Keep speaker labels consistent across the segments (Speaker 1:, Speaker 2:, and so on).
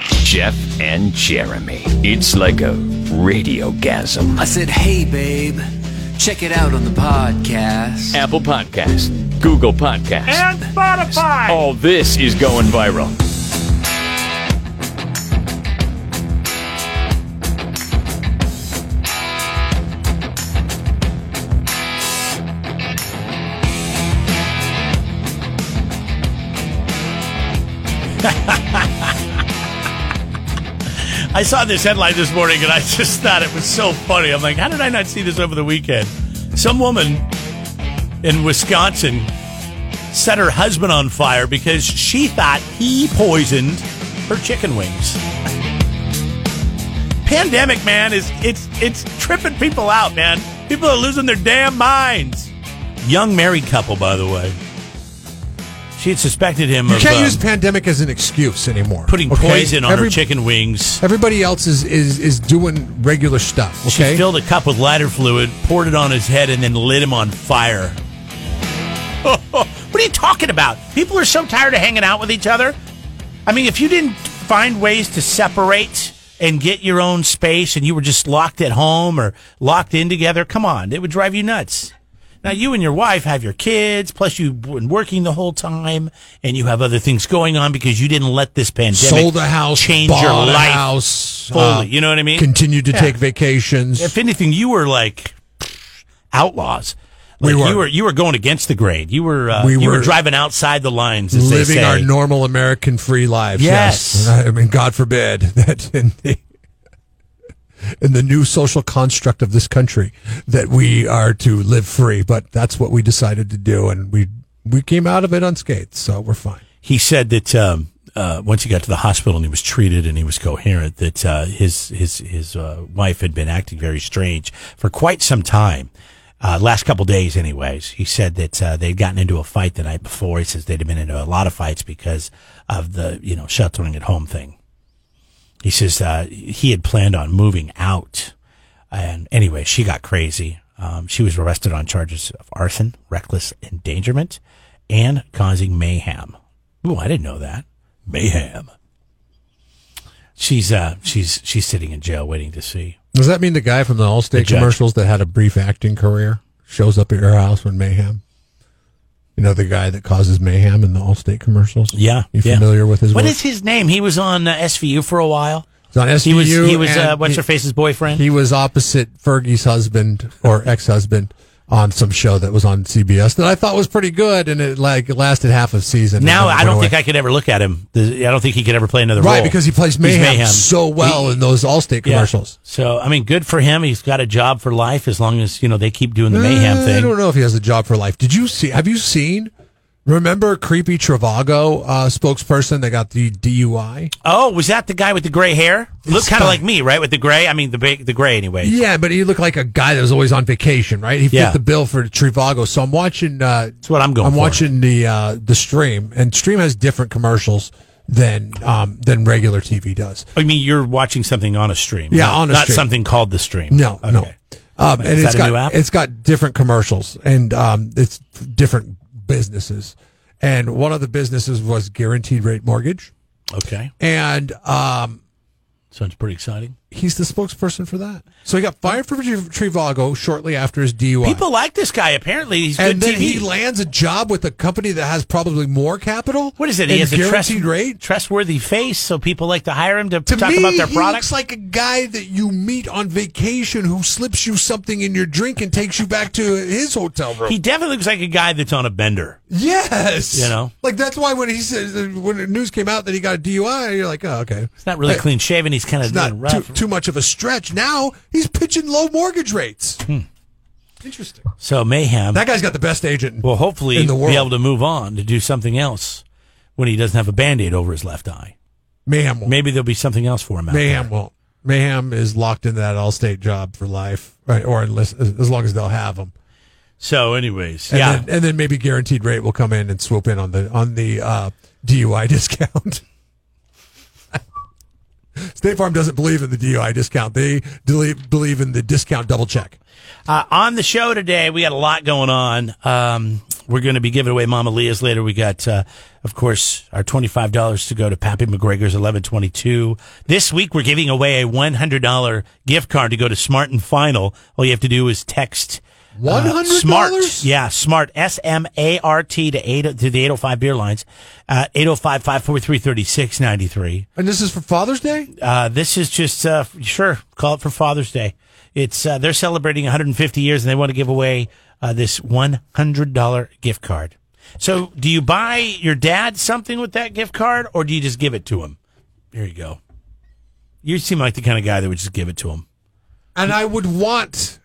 Speaker 1: Jeff and Jeremy. It's like a radiogasm.
Speaker 2: I said, hey, babe, check it out on the podcast.
Speaker 1: Apple Podcast, Google Podcast.
Speaker 3: and Spotify.
Speaker 1: All this is going viral.
Speaker 4: I saw this headline this morning and I just thought it was so funny. I'm like, how did I not see this over the weekend? Some woman in Wisconsin set her husband on fire because she thought he poisoned her chicken wings. Pandemic, man, is it's it's tripping people out, man. People are losing their damn minds. Young married couple, by the way. She had suspected him
Speaker 5: You
Speaker 4: of
Speaker 5: can't
Speaker 4: um,
Speaker 5: use pandemic as an excuse anymore.
Speaker 4: putting
Speaker 5: okay?
Speaker 4: poison on her
Speaker 5: Every-
Speaker 4: chicken wings.
Speaker 5: Everybody else is, is is doing regular stuff. Okay,
Speaker 4: She filled a cup with lighter fluid, poured it on his head, and then lit him on fire. what are you talking about? People are so tired of hanging out with each other. I mean, if you didn't find ways to separate and get your own space and you were just locked at home or locked in together, come on, it would drive you nuts. Now, you and your wife have your kids, plus you've been working the whole time and you have other things going on because you didn't let this pandemic
Speaker 5: sold a house,
Speaker 4: change
Speaker 5: bought
Speaker 4: your
Speaker 5: a
Speaker 4: life
Speaker 5: house,
Speaker 4: fully.
Speaker 5: uh,
Speaker 4: you know what I mean?
Speaker 5: Continued to
Speaker 4: Yeah.
Speaker 5: take vacations.
Speaker 4: If anything, you were like outlaws.
Speaker 5: We
Speaker 4: Like
Speaker 5: were.
Speaker 4: You were you were going against the grade. You were uh,
Speaker 5: We
Speaker 4: you were,
Speaker 5: were
Speaker 4: driving outside the lines. As they
Speaker 5: living
Speaker 4: say.
Speaker 5: our normal American free lives.
Speaker 4: Yes.
Speaker 5: I mean, God forbid that in the in the new social construct of this country that we are to live free, but that's what we decided to do, and we we came out of it unscathed, so we're fine.
Speaker 4: he said that um, uh, once he got to the hospital and he was treated and he was coherent, that uh, his his his uh, wife had been acting very strange for quite some time. Uh, last couple days, anyways, he said that uh, they'd gotten into a fight the night before. He says they'd been into a lot of fights because of the you know sheltering at home thing. He says uh, he had planned on moving out, and anyway, she got crazy. Um, she was arrested on charges of arson, reckless endangerment, and causing mayhem. Ooh, I didn't know that. Mayhem. She's uh she's she's sitting in jail waiting to see.
Speaker 5: Does that mean the guy from the Allstate
Speaker 4: judge.
Speaker 5: commercials that had a brief acting career shows up at your house when mayhem? You know the guy that causes mayhem in the Allstate commercials. you
Speaker 4: yeah.
Speaker 5: familiar with his?
Speaker 4: What
Speaker 5: work?
Speaker 4: is his name? He was on uh, SVU for a while.
Speaker 5: He's on SVU?
Speaker 4: He was he was
Speaker 5: and
Speaker 4: uh, what's
Speaker 5: he-
Speaker 4: her face's boyfriend.
Speaker 5: He was opposite Fergie's husband or ex-husband on some show that was on CBS that I thought was pretty good, and it like lasted half a season.
Speaker 4: now I don't think I could ever look at him. The- I don't think he could ever play another
Speaker 5: right
Speaker 4: role.
Speaker 5: because he plays
Speaker 4: He's
Speaker 5: mayhem, so well in those Allstate
Speaker 4: Yeah.
Speaker 5: commercials.
Speaker 4: So I mean, good for him. He's got a job for life as long as you know they keep doing the mayhem
Speaker 5: Uh,
Speaker 4: thing.
Speaker 5: I don't know if he has a job for life. Did you see? Have you seen? Remember creepy Travago uh, spokesperson that got the DUI?
Speaker 4: Oh, was that the guy with the gray hair? Looked kind
Speaker 5: fine.
Speaker 4: of like me, right? With the gray. I mean, the big, the gray anyway.
Speaker 5: Yeah, but he looked like a guy that was always on vacation, right? He
Speaker 4: Yeah.
Speaker 5: fit the bill for Trivago. So I'm watching. Uh, That's
Speaker 4: what I'm going
Speaker 5: I'm
Speaker 4: for.
Speaker 5: watching the uh, the stream, and stream has different commercials than um, than regular TV does.
Speaker 4: I mean, you're watching something on a stream.
Speaker 5: Yeah,
Speaker 4: not,
Speaker 5: on a
Speaker 4: not
Speaker 5: stream.
Speaker 4: something called the stream.
Speaker 5: No,
Speaker 4: Okay.
Speaker 5: no. Um, and
Speaker 4: Is
Speaker 5: it's
Speaker 4: that a
Speaker 5: got
Speaker 4: new app?
Speaker 5: it's got different commercials, and um, it's different businesses. And one of the businesses was Guaranteed Rate Mortgage,
Speaker 4: Okay.
Speaker 5: and um,
Speaker 4: Sounds pretty exciting.
Speaker 5: he's the spokesperson for that. So he got fired from Trivago shortly after his DUI.
Speaker 4: People like this guy. Apparently, he's
Speaker 5: and
Speaker 4: good
Speaker 5: then
Speaker 4: TV.
Speaker 5: he lands a job with a company that has probably more capital.
Speaker 4: what is it? He
Speaker 5: and
Speaker 4: has a trust,
Speaker 5: guaranteed rate.
Speaker 4: trustworthy face, so people like to hire him to,
Speaker 5: To
Speaker 4: talk
Speaker 5: me,
Speaker 4: about their
Speaker 5: he
Speaker 4: products.
Speaker 5: looks like a guy that you meet on vacation who slips you something in your drink and takes you back to his hotel room.
Speaker 4: he definitely looks like a guy that's on a bender.
Speaker 5: yes,
Speaker 4: You know?
Speaker 5: like that's why when he says when the news came out that he got a DUI, you're like, oh, okay,
Speaker 4: It's not really
Speaker 5: Hey,
Speaker 4: clean shaven. He's kind of
Speaker 5: It's not
Speaker 4: rough.
Speaker 5: too, too much of a stretch. Now he's pitching low mortgage rates.
Speaker 4: Hmm.
Speaker 5: Interesting.
Speaker 4: so mayhem.
Speaker 5: That guy's got the best agent.
Speaker 4: Well, hopefully,
Speaker 5: in the world.
Speaker 4: be able to move on to do something else when he doesn't have a band aid over his left eye.
Speaker 5: Mayhem won't.
Speaker 4: Maybe there'll be something else for him out there.
Speaker 5: Mayhem won't. Mayhem is locked into that Allstate job for life, right? or unless as long as they'll have him.
Speaker 4: So, anyways,
Speaker 5: And
Speaker 4: yeah.
Speaker 5: then, and then maybe guaranteed rate will come in and swoop in on the on the uh, DUI discount. State Farm doesn't believe in the DUI discount. They believe believe in the discount double check.
Speaker 4: Uh, on the show today, we got a lot going on. Um, We're going to be giving away Mama Leah's later. We got, uh, of course, our twenty-five dollars to go to Pappy McGregor's eleven twenty-two. This week, we're giving away a one hundred dollar gift card to go to Smart and Final. All you have to do is text. uh,
Speaker 5: $100?
Speaker 4: smart, yeah, smart. S M A R T to eight to the eight hundred five beer lines, uh, eight hundred five five four three thirty six ninety three.
Speaker 5: And this is for Father's Day?
Speaker 4: Uh, this is just uh, f- sure call it for Father's Day. It's uh, they're celebrating 150 years, and they want to give away uh, this $100 gift card. So, do you buy your dad something with that gift card, or do you just give it to him? Here you go. You seem like the kind of guy that would just give it to him.
Speaker 5: And I would want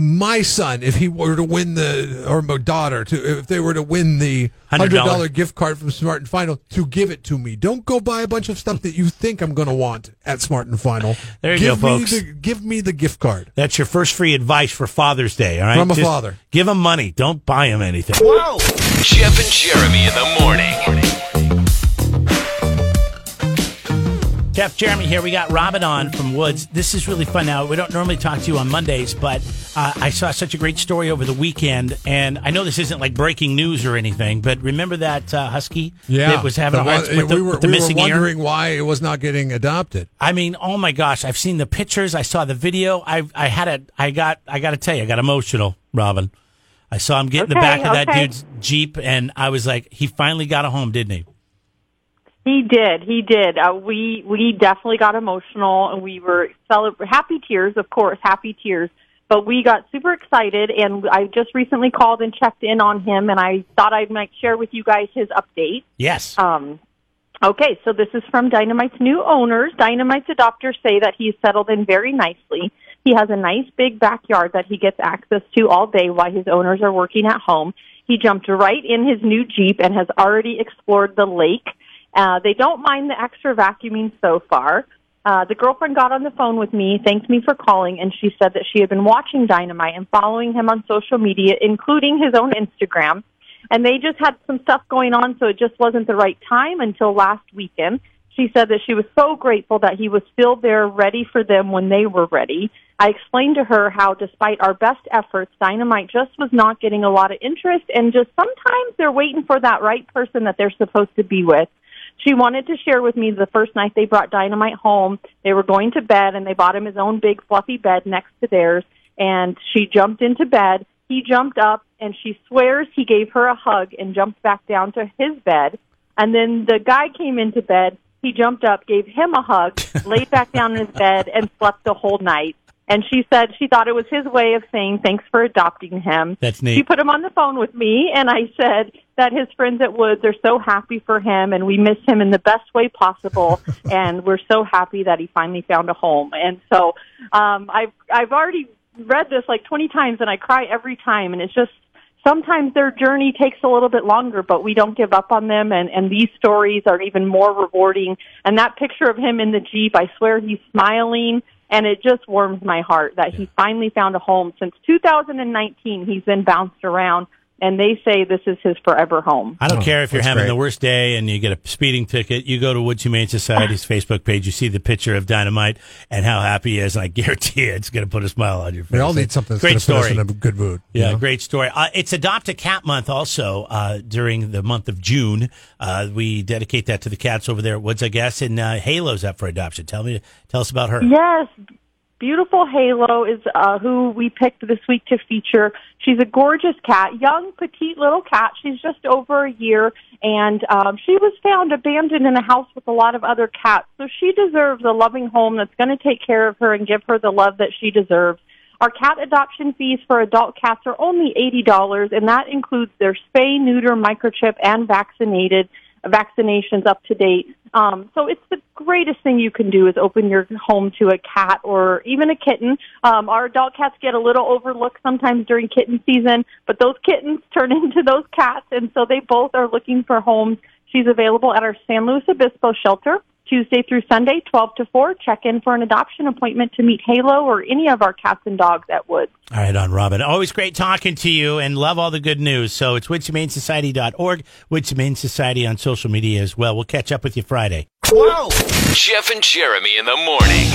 Speaker 5: my son, if he were to win the, or my daughter, to if they were to win the
Speaker 4: $100
Speaker 5: hundred dollar gift card from Smart and Final, to give it to me. Don't go buy a bunch of stuff that you think I'm going to want at Smart and Final.
Speaker 4: There you
Speaker 5: give
Speaker 4: go,
Speaker 5: me
Speaker 4: folks.
Speaker 5: The, give me the gift card.
Speaker 4: That's your first free advice for Father's Day. All right,
Speaker 5: From a
Speaker 4: Just
Speaker 5: father.
Speaker 4: Give him money. Don't buy him anything.
Speaker 3: Jeff and Jeremy in the morning.
Speaker 4: Jeff, Jeremy here. We got Robin on from Woods. This is really fun. Now we don't normally talk to you on Mondays, but uh, I saw such a great story over the weekend, and I know this isn't like breaking news or anything, but remember that uh, husky that was having a
Speaker 5: The
Speaker 4: hard
Speaker 5: one-
Speaker 4: time with the,
Speaker 5: we were,
Speaker 4: with the
Speaker 5: we were
Speaker 4: missing ear.
Speaker 5: wondering why it was not getting adopted.
Speaker 4: I mean, oh my gosh! I've seen the pictures. I saw the video. I I had a I got I got to tell you, I got emotional, Robin. I saw him get in the
Speaker 6: Okay,
Speaker 4: back of that
Speaker 6: okay.
Speaker 4: dude's jeep, and I was like, he finally got a home, didn't he?
Speaker 6: He did. He did. Uh, we we definitely got emotional, and we were celebra- happy tears, of course, happy tears. But we got super excited, and I just recently called and checked in on him, and I thought I might share with you guys his update.
Speaker 4: Yes.
Speaker 6: Um, okay, so this is from Dynamite's new owners. Dynamite's adopters say that he's settled in very nicely. He has a nice big backyard that he gets access to all day while his owners are working at home. He jumped right in his new Jeep and has already explored the lake. Uh, they don't mind the extra vacuuming so far. Uh, the girlfriend got on the phone with me, thanked me for calling, and she said that she had been watching Dynamite and following him on social media, including his own Instagram and they just had some stuff going on, so it just wasn't the right time until last weekend. She said that she was so grateful that he was still there, ready for them when they were ready. I explained to her how, despite our best efforts, Dynamite just was not getting a lot of interest, and just sometimes they're waiting for that right person that they're supposed to be with. She wanted to share with me the first night they brought Dynamite home. They were going to bed and they bought him his own big fluffy bed next to theirs. And she jumped into bed. He jumped up and she swears he gave her a hug and jumped back down to his bed. And then the guy came into bed. He jumped up, gave him a hug, laid back down in his bed, and slept the whole night. And she said she thought it was his way of saying thanks for adopting him.
Speaker 4: That's neat.
Speaker 6: She put him on the phone with me, and I said that his friends at Woods are so happy for him, and we miss him in the best way possible, and we're so happy that he finally found a home. And so, um, I've I've already read this like twenty times, and I cry every time, and it's just. Sometimes their journey takes a little bit longer, but we don't give up on them, and, and these stories are even more rewarding. And that picture of him in the Jeep, I swear he's smiling, and it just warms my heart that he finally found a home. Since 2019, he's been bounced around, and they say this is his forever home.
Speaker 4: I don't care if you're having
Speaker 5: Oh, great.
Speaker 4: the worst day and you get a speeding ticket. You go to Woods Humane Society's Facebook page. You see the picture of Dynamite and how happy he is. And I guarantee you, it's going to put a smile on your face.
Speaker 5: They all need something that's
Speaker 4: Great
Speaker 5: going to put us
Speaker 4: story.
Speaker 5: in a good mood. you
Speaker 4: Yeah,
Speaker 5: know?
Speaker 4: great story. Uh, it's Adopt a Cat Month also uh, during the month of June. Uh, we dedicate that to the cats over there at Woods, I guess. And uh, Halo's up for adoption. Tell me, tell us about her.
Speaker 6: Yes, beautiful Halo is uh, who we picked this week to feature. She's a gorgeous cat, young, petite little cat. She's just over a year, and um, she was found abandoned in a house with a lot of other cats. So she deserves a loving home that's going to take care of her and give her the love that she deserves. Our cat adoption fees for adult cats are only $80, and that includes their spay, neuter, microchip, and vaccinated vaccinations up to date. Um, so it's the greatest thing you can do is open your home to a cat or even a kitten. Um, our adult cats get a little overlooked sometimes during kitten season, but those kittens turn into those cats, and so they both are looking for homes. She's available at our San Luis Obispo shelter. Tuesday through Sunday, 12 to 4. Check in for an adoption appointment to meet Halo or any of our cats and dogs at Woods.
Speaker 4: All right, on Robin. Always great talking to you and love all the good news. So it's woodshumanesociety.org, Woods Humane Society on social media as well. We'll catch up with you Friday.
Speaker 3: Jeff and Jeremy in the morning.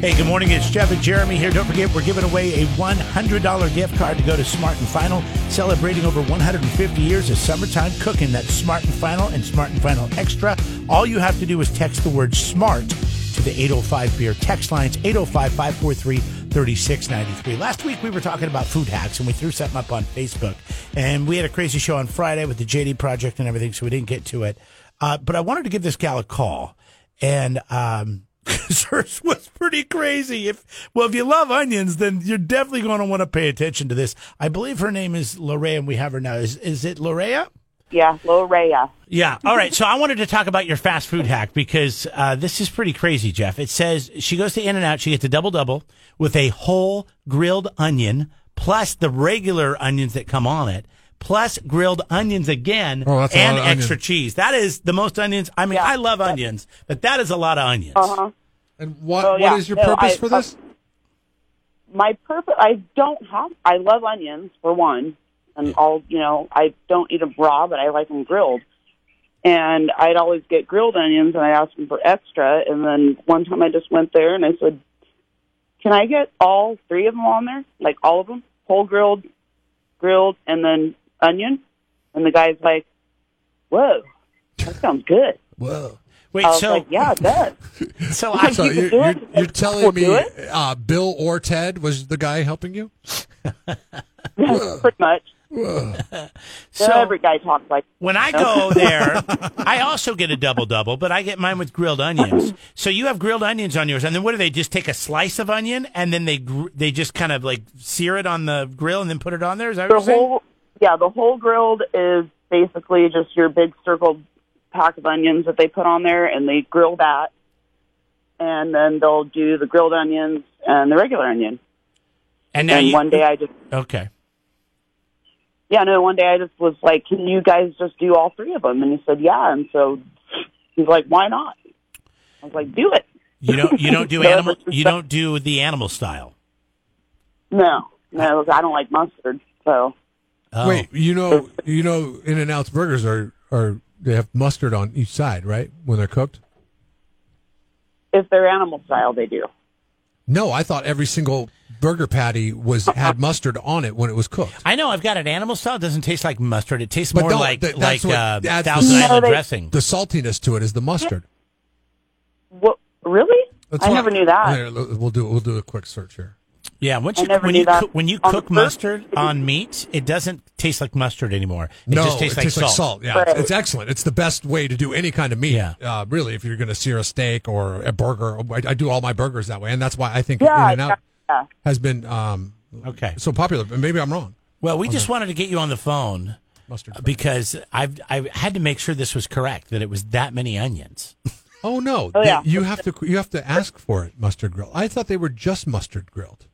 Speaker 4: Hey, good morning. It's Jeff and Jeremy here. Don't forget, we're giving away a $100 gift card to go to Smart and Final, celebrating over 150 years of summertime cooking. That's Smart and Final and Smart and Final Extra. All you have to do is text the word SMART to the 805 Beer text lines, 805 543 3693. Last week, we were talking about food hacks, and we threw something up on Facebook. And we had a crazy show on Friday with the JD Project and everything, so we didn't get to it. Uh, but I wanted to give this gal a call. And, um, because hers was pretty crazy. If well, if you love onions, then you're definitely going to want to pay attention to this. I believe her name is Lorea, and we have her now. Is is it Lorea?
Speaker 6: Yeah, Lorea.
Speaker 4: Yeah. All right. So I wanted to talk about your fast food hack because uh, this is pretty crazy, Jeff. It says she goes to In and Out, she gets a double double with a whole grilled onion plus the regular onions that come on it. Plus grilled onions again
Speaker 5: Oh, that's a
Speaker 4: and
Speaker 5: lot of onion.
Speaker 4: extra cheese. That is the most onions. I mean,
Speaker 6: Yeah. Uh-huh.
Speaker 4: I love onions, but that is a lot of onions.
Speaker 5: And what,
Speaker 6: Oh, yeah.
Speaker 5: what is your
Speaker 6: No,
Speaker 5: purpose
Speaker 6: I-
Speaker 5: for this?
Speaker 6: my purpose i don't have i love onions for one and i'll you know i don't eat them raw but i like them grilled and i'd always get grilled onions and i asked them for extra and then one time i just went there and i said can i get all three of them on there like all of them whole grilled grilled and then onion and the guy's like whoa that sounds good
Speaker 5: Whoa.
Speaker 4: Wait,
Speaker 6: i was
Speaker 4: so
Speaker 6: like yeah it does
Speaker 4: so I
Speaker 5: So
Speaker 6: You can
Speaker 5: you're,
Speaker 6: do
Speaker 5: you're,
Speaker 6: it.
Speaker 5: you're telling
Speaker 6: We'll
Speaker 5: me
Speaker 6: do
Speaker 5: uh, Bill or Ted was the guy helping you?
Speaker 6: pretty much
Speaker 4: so
Speaker 6: every guy talks like
Speaker 4: when I go there, I also get a double double, but I get mine with grilled onions. So you have grilled onions on yours, and then what do they just take a slice of onion and then they gr- they just kind of like sear it on the grill and then put it on there? Is that
Speaker 6: the
Speaker 4: what you're saying?
Speaker 6: whole yeah the whole grilled is basically just your big circled pack of onions that they put on there and they grill that and then they'll do the grilled onions and the regular onion
Speaker 4: And now
Speaker 6: and
Speaker 4: you,
Speaker 6: one day i just
Speaker 4: okay,
Speaker 6: yeah no one day i just was like can you guys just do all three of them and he said yeah and so he's like why not i was like do it
Speaker 4: you don't you don't do
Speaker 6: No,
Speaker 4: animal
Speaker 6: it's just
Speaker 4: you
Speaker 6: that-
Speaker 4: don't do the animal style.
Speaker 6: no no i don't like mustard so
Speaker 4: Oh.
Speaker 5: Wait, you know, you know, In and Out's burgers are are they have mustard on each side, right? When they're cooked.
Speaker 6: if they're animal style they do
Speaker 5: No, I thought every single burger patty was had mustard on it when it was cooked.
Speaker 4: I know I've got an animal style. It doesn't taste like mustard. It tastes
Speaker 5: But
Speaker 4: more
Speaker 5: no,
Speaker 4: like
Speaker 5: that-
Speaker 4: like
Speaker 5: that's what
Speaker 4: uh,
Speaker 5: adds the-
Speaker 4: Thousand
Speaker 5: No,
Speaker 4: Island
Speaker 6: they-
Speaker 4: dressing.
Speaker 5: The saltiness to it is the mustard.
Speaker 6: what really i
Speaker 5: why-
Speaker 6: never knew that
Speaker 5: Here, l- we'll do we'll do a quick search here.
Speaker 4: Yeah, once
Speaker 6: I
Speaker 4: you
Speaker 6: never
Speaker 4: when
Speaker 6: knew
Speaker 4: you
Speaker 6: that.
Speaker 4: cook, when you
Speaker 6: On the
Speaker 4: cook
Speaker 6: first-
Speaker 4: mustard on meat, it doesn't taste like mustard anymore. It
Speaker 5: no,
Speaker 4: just tastes,
Speaker 5: it tastes
Speaker 4: like,
Speaker 5: like
Speaker 4: salt.
Speaker 5: salt. Yeah, it's,
Speaker 6: Right.
Speaker 5: it's excellent. It's the best way to do any kind of meat.
Speaker 4: Yeah.
Speaker 5: Uh, really, if you're going to sear a steak or a burger, I, I do all my burgers that way, and that's why I think
Speaker 6: Yeah,
Speaker 5: In and Out
Speaker 6: yeah.
Speaker 5: has been um,
Speaker 4: Okay.
Speaker 5: so popular. But maybe I'm wrong.
Speaker 4: Well, we just wanted to get you on the phone
Speaker 5: Mustard.
Speaker 4: because I've I had to make sure this was correct that it was that many onions.
Speaker 5: Oh no!
Speaker 6: Oh,
Speaker 5: They-
Speaker 6: yeah.
Speaker 5: You have to you have to ask for it mustard grilled. I thought they were just mustard grilled.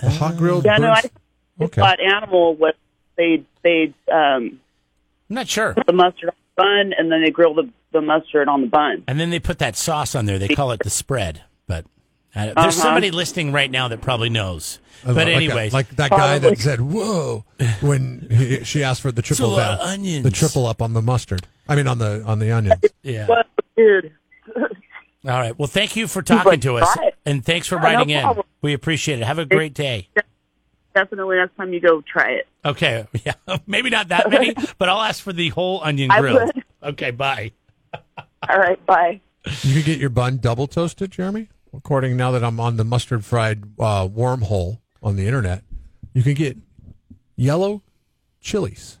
Speaker 5: The hot grilled.
Speaker 6: Yeah, no,
Speaker 5: birds-
Speaker 6: I
Speaker 5: Okay.
Speaker 6: thought animal was they they um
Speaker 4: I'm not sure.
Speaker 6: put the mustard on the bun and then they grill the the mustard on the bun.
Speaker 4: And then they put that sauce on there. They call it the spread, but I don't- there's
Speaker 6: Uh-huh.
Speaker 4: somebody listening right now that probably knows. but
Speaker 5: I love- like that-
Speaker 4: anyways,
Speaker 5: Oh, like, that guy that said "whoa" when he, she asked for the triple
Speaker 4: lot of
Speaker 5: down,
Speaker 4: onions.
Speaker 5: the triple up on the mustard. I mean, on the on the onions.
Speaker 4: yeah.
Speaker 6: What weird.
Speaker 4: All right. Well, thank you for talking to us,
Speaker 6: "Try it."
Speaker 4: and thanks for
Speaker 6: Yeah, no
Speaker 4: writing in.
Speaker 6: problem.
Speaker 4: We appreciate it. Have a great day.
Speaker 6: Definitely next time you go try it.
Speaker 4: Okay. Yeah. Maybe not that many, but I'll ask for the whole onion
Speaker 6: I
Speaker 4: grill.
Speaker 6: would.
Speaker 4: Okay. Bye.
Speaker 6: All right, bye.
Speaker 5: You could get your bun double toasted, Jeremy. According now that I'm on the mustard fried uh, wormhole on the internet, you can get yellow chilies.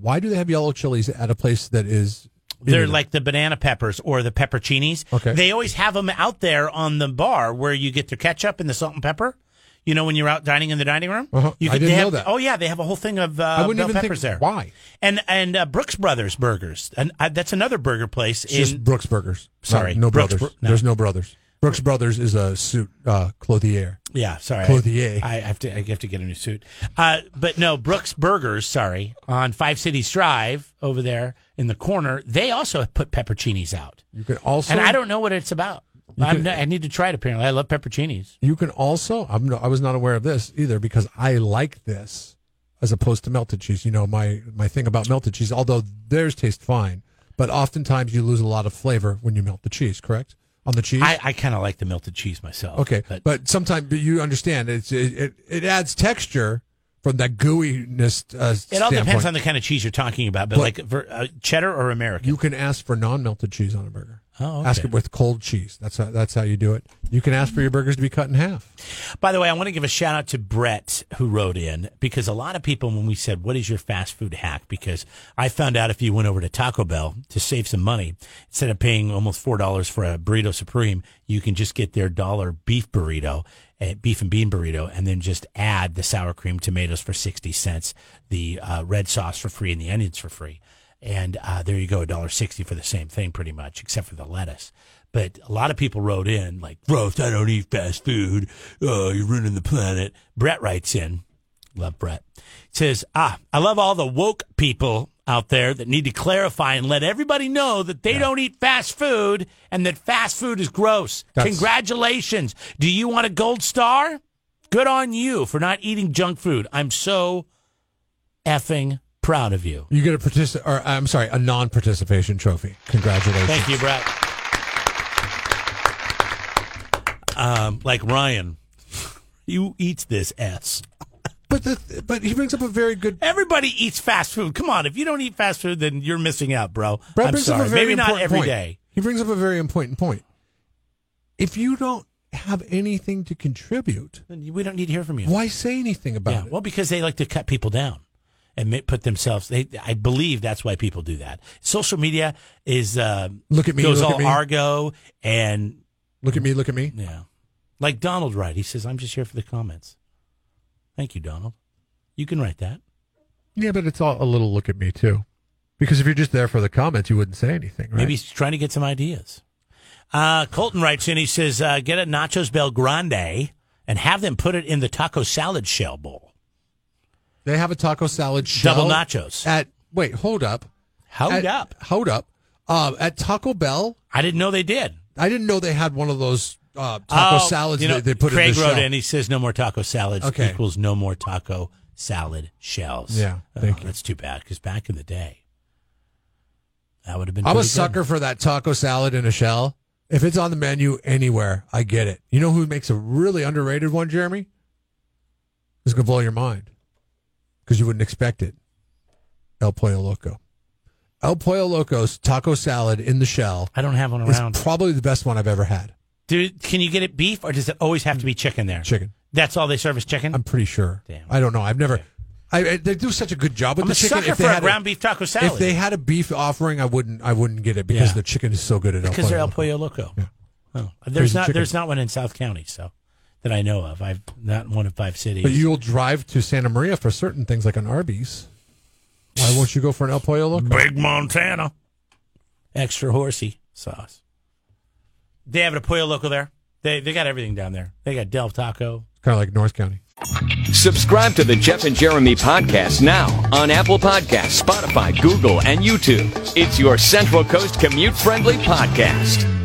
Speaker 5: Why do they have yellow chilies at a place that is?
Speaker 4: They're
Speaker 5: Indian?
Speaker 4: like the banana peppers or the pepperoncinis.
Speaker 5: Okay.
Speaker 4: They always have them out there on the bar where you get the ketchup and the salt and pepper. You know, when you're out dining in the dining room,
Speaker 5: Uh-huh.
Speaker 4: you
Speaker 5: I
Speaker 4: could- they
Speaker 5: didn't know
Speaker 4: have-
Speaker 5: that.
Speaker 4: Oh yeah, they have a whole thing of uh,
Speaker 5: I wouldn't
Speaker 4: bell
Speaker 5: even think-
Speaker 4: peppers there.
Speaker 5: why?
Speaker 4: And and uh, Brooks Brothers Burgers, and uh, that's another burger place.
Speaker 5: It's just
Speaker 4: in,
Speaker 5: Brooks Burgers.
Speaker 4: Sorry,
Speaker 5: no, no
Speaker 4: Brooks
Speaker 5: brothers.
Speaker 4: Bro- no.
Speaker 5: There's no brothers. Brooks Brothers is a suit uh, clothier.
Speaker 4: yeah, sorry,
Speaker 5: Clothier.
Speaker 4: I, I have to I have to get a new suit. Uh, but no, Brooks Burgers, sorry, on Five Cities Drive over there in the corner, they also put pepperoncinis out,
Speaker 5: You can also
Speaker 4: and I don't know what it's about. I'm not, I need to try it. Apparently, I love pepperoncinis.
Speaker 5: You can also I'm no, I was not aware of this either because I like this as opposed to melted cheese. You know my my thing about melted cheese, although theirs taste fine, but oftentimes you lose a lot of flavor when you melt the cheese. Correct? on the cheese?
Speaker 4: I, I kind of like the melted cheese myself.
Speaker 5: okay,
Speaker 4: but,
Speaker 5: but, sometimes but you understand it's, it, it it adds texture from that gooiness. Uh,
Speaker 4: it all depends
Speaker 5: standpoint.
Speaker 4: on the kind of cheese you're talking about. But,
Speaker 5: But-
Speaker 4: like ver, uh, cheddar or American,
Speaker 5: You can ask for non-melted cheese on a burger.
Speaker 4: Oh, okay.
Speaker 5: Ask it with cold cheese. That's how, that's how you do it. You can ask for your burgers to be cut in half.
Speaker 4: By the way, I want to give a shout out to Brett who wrote in because a lot of people, when we said, What is your fast food hack? Because I found out if you went over to Taco Bell to save some money, instead of paying almost $4 for a burrito supreme, you can just get their dollar beef burrito, uh, beef and bean burrito, and then just add the sour cream tomatoes for 60 cents, the uh, red sauce for free, and the onions for free. And uh, there you go, $1.60 for the same thing, pretty much, except for the lettuce. But a lot of people wrote in, like, gross, I don't eat fast food. Oh, you're ruining the planet. Brett writes in, love Brett, says, Ah, I love all the woke people out there that need to clarify and let everybody know that they don't eat fast food and that fast food is gross.
Speaker 5: That's-
Speaker 4: Congratulations. Do you want a gold star? Good on you for not eating junk food. I'm so effing proud of you.
Speaker 5: You get a particip or I'm sorry, a non-participation trophy. Congratulations.
Speaker 4: Thank you, Brett. Um, like Ryan, you eats this s.
Speaker 5: But the, but he brings up a very good.
Speaker 4: Everybody eats fast food. Come on, if you don't eat fast food, then you're missing out, bro.
Speaker 5: Brad
Speaker 4: I'm
Speaker 5: brings up
Speaker 4: sorry.
Speaker 5: a very
Speaker 4: Maybe not
Speaker 5: important
Speaker 4: every day.
Speaker 5: point. He brings up a very important point. If you don't have anything to contribute,
Speaker 4: Then We don't need to hear from you.
Speaker 5: why say anything about
Speaker 4: yeah.
Speaker 5: it?
Speaker 4: Well, because they like to cut people down and ma- put themselves. They, I believe that's why people do that. Social media is uh,
Speaker 5: Look at me,
Speaker 4: goes
Speaker 5: look at
Speaker 4: all
Speaker 5: me.
Speaker 4: Argo and
Speaker 5: Look at me. Look at me.
Speaker 4: Yeah. Like Donald Wright. He says, I'm just here for the comments. Thank you, Donald. You can write that.
Speaker 5: Yeah, but it's all a little look at me too, because if you're just there for the comments, you wouldn't say anything, right?
Speaker 4: Maybe he's trying to get some ideas. Uh, Colton writes in, he says, uh, get a Nachos Bel Grande and have them put it in the taco salad shell bowl.
Speaker 5: they have a taco salad shell
Speaker 4: Double nachos.
Speaker 5: at. Wait, hold up.
Speaker 4: Hold
Speaker 5: At-
Speaker 4: up.
Speaker 5: Hold up. Um, at Taco Bell,
Speaker 4: I didn't know they did.
Speaker 5: I didn't know they had one of those uh, taco
Speaker 4: Oh,
Speaker 5: salads
Speaker 4: you know,
Speaker 5: that they put
Speaker 4: Craig
Speaker 5: in the
Speaker 4: wrote
Speaker 5: shell.
Speaker 4: in, he says, no more taco salads
Speaker 5: Okay.
Speaker 4: equals no more taco salad shells.
Speaker 5: Yeah, thank
Speaker 4: oh,
Speaker 5: you.
Speaker 4: That's too bad because back in the day, that would have been
Speaker 5: I'm a
Speaker 4: pretty good.
Speaker 5: sucker for that taco salad in a shell. If it's on the menu anywhere, I get it. You know who makes a really underrated one, Jeremy? It's gonna blow your mind because you wouldn't expect it. El Pollo Loco. El Pollo Loco's taco salad in the shell
Speaker 4: I don't have one
Speaker 5: is
Speaker 4: around.
Speaker 5: probably the best one I've ever had.
Speaker 4: Do, can you get it beef, or does it always have to be chicken there?
Speaker 5: Chicken.
Speaker 4: That's all they serve is chicken.
Speaker 5: I'm pretty sure.
Speaker 4: Damn.
Speaker 5: I don't know. I've never. I, I- they do such a good job with
Speaker 4: I'm
Speaker 5: the
Speaker 4: a
Speaker 5: chicken.
Speaker 4: sucker
Speaker 5: if they
Speaker 4: for a
Speaker 5: had
Speaker 4: ground beef taco salad.
Speaker 5: If they had a beef offering, I wouldn't. I wouldn't get it because
Speaker 4: Yeah.
Speaker 5: the chicken is so good at
Speaker 4: because they're El
Speaker 5: Loco.
Speaker 4: Pollo Loco.
Speaker 5: Yeah.
Speaker 4: Oh. There's
Speaker 5: Crazy
Speaker 4: not
Speaker 5: chicken.
Speaker 4: there's not one in South County, so that I know of. I've not one of five cities.
Speaker 5: But you'll drive to Santa Maria for certain things like an Arby's. Why won't you go for an El Pollo Loco?
Speaker 4: Big Montana, extra horsey sauce. They have a Pollo Loco there. They they got everything down there. They got Del Taco.
Speaker 5: Kind of like North County.
Speaker 1: Subscribe to the Jeff and Jeremy podcast now on Apple Podcasts, Spotify, Google, and YouTube. It's your Central Coast commute friendly podcast.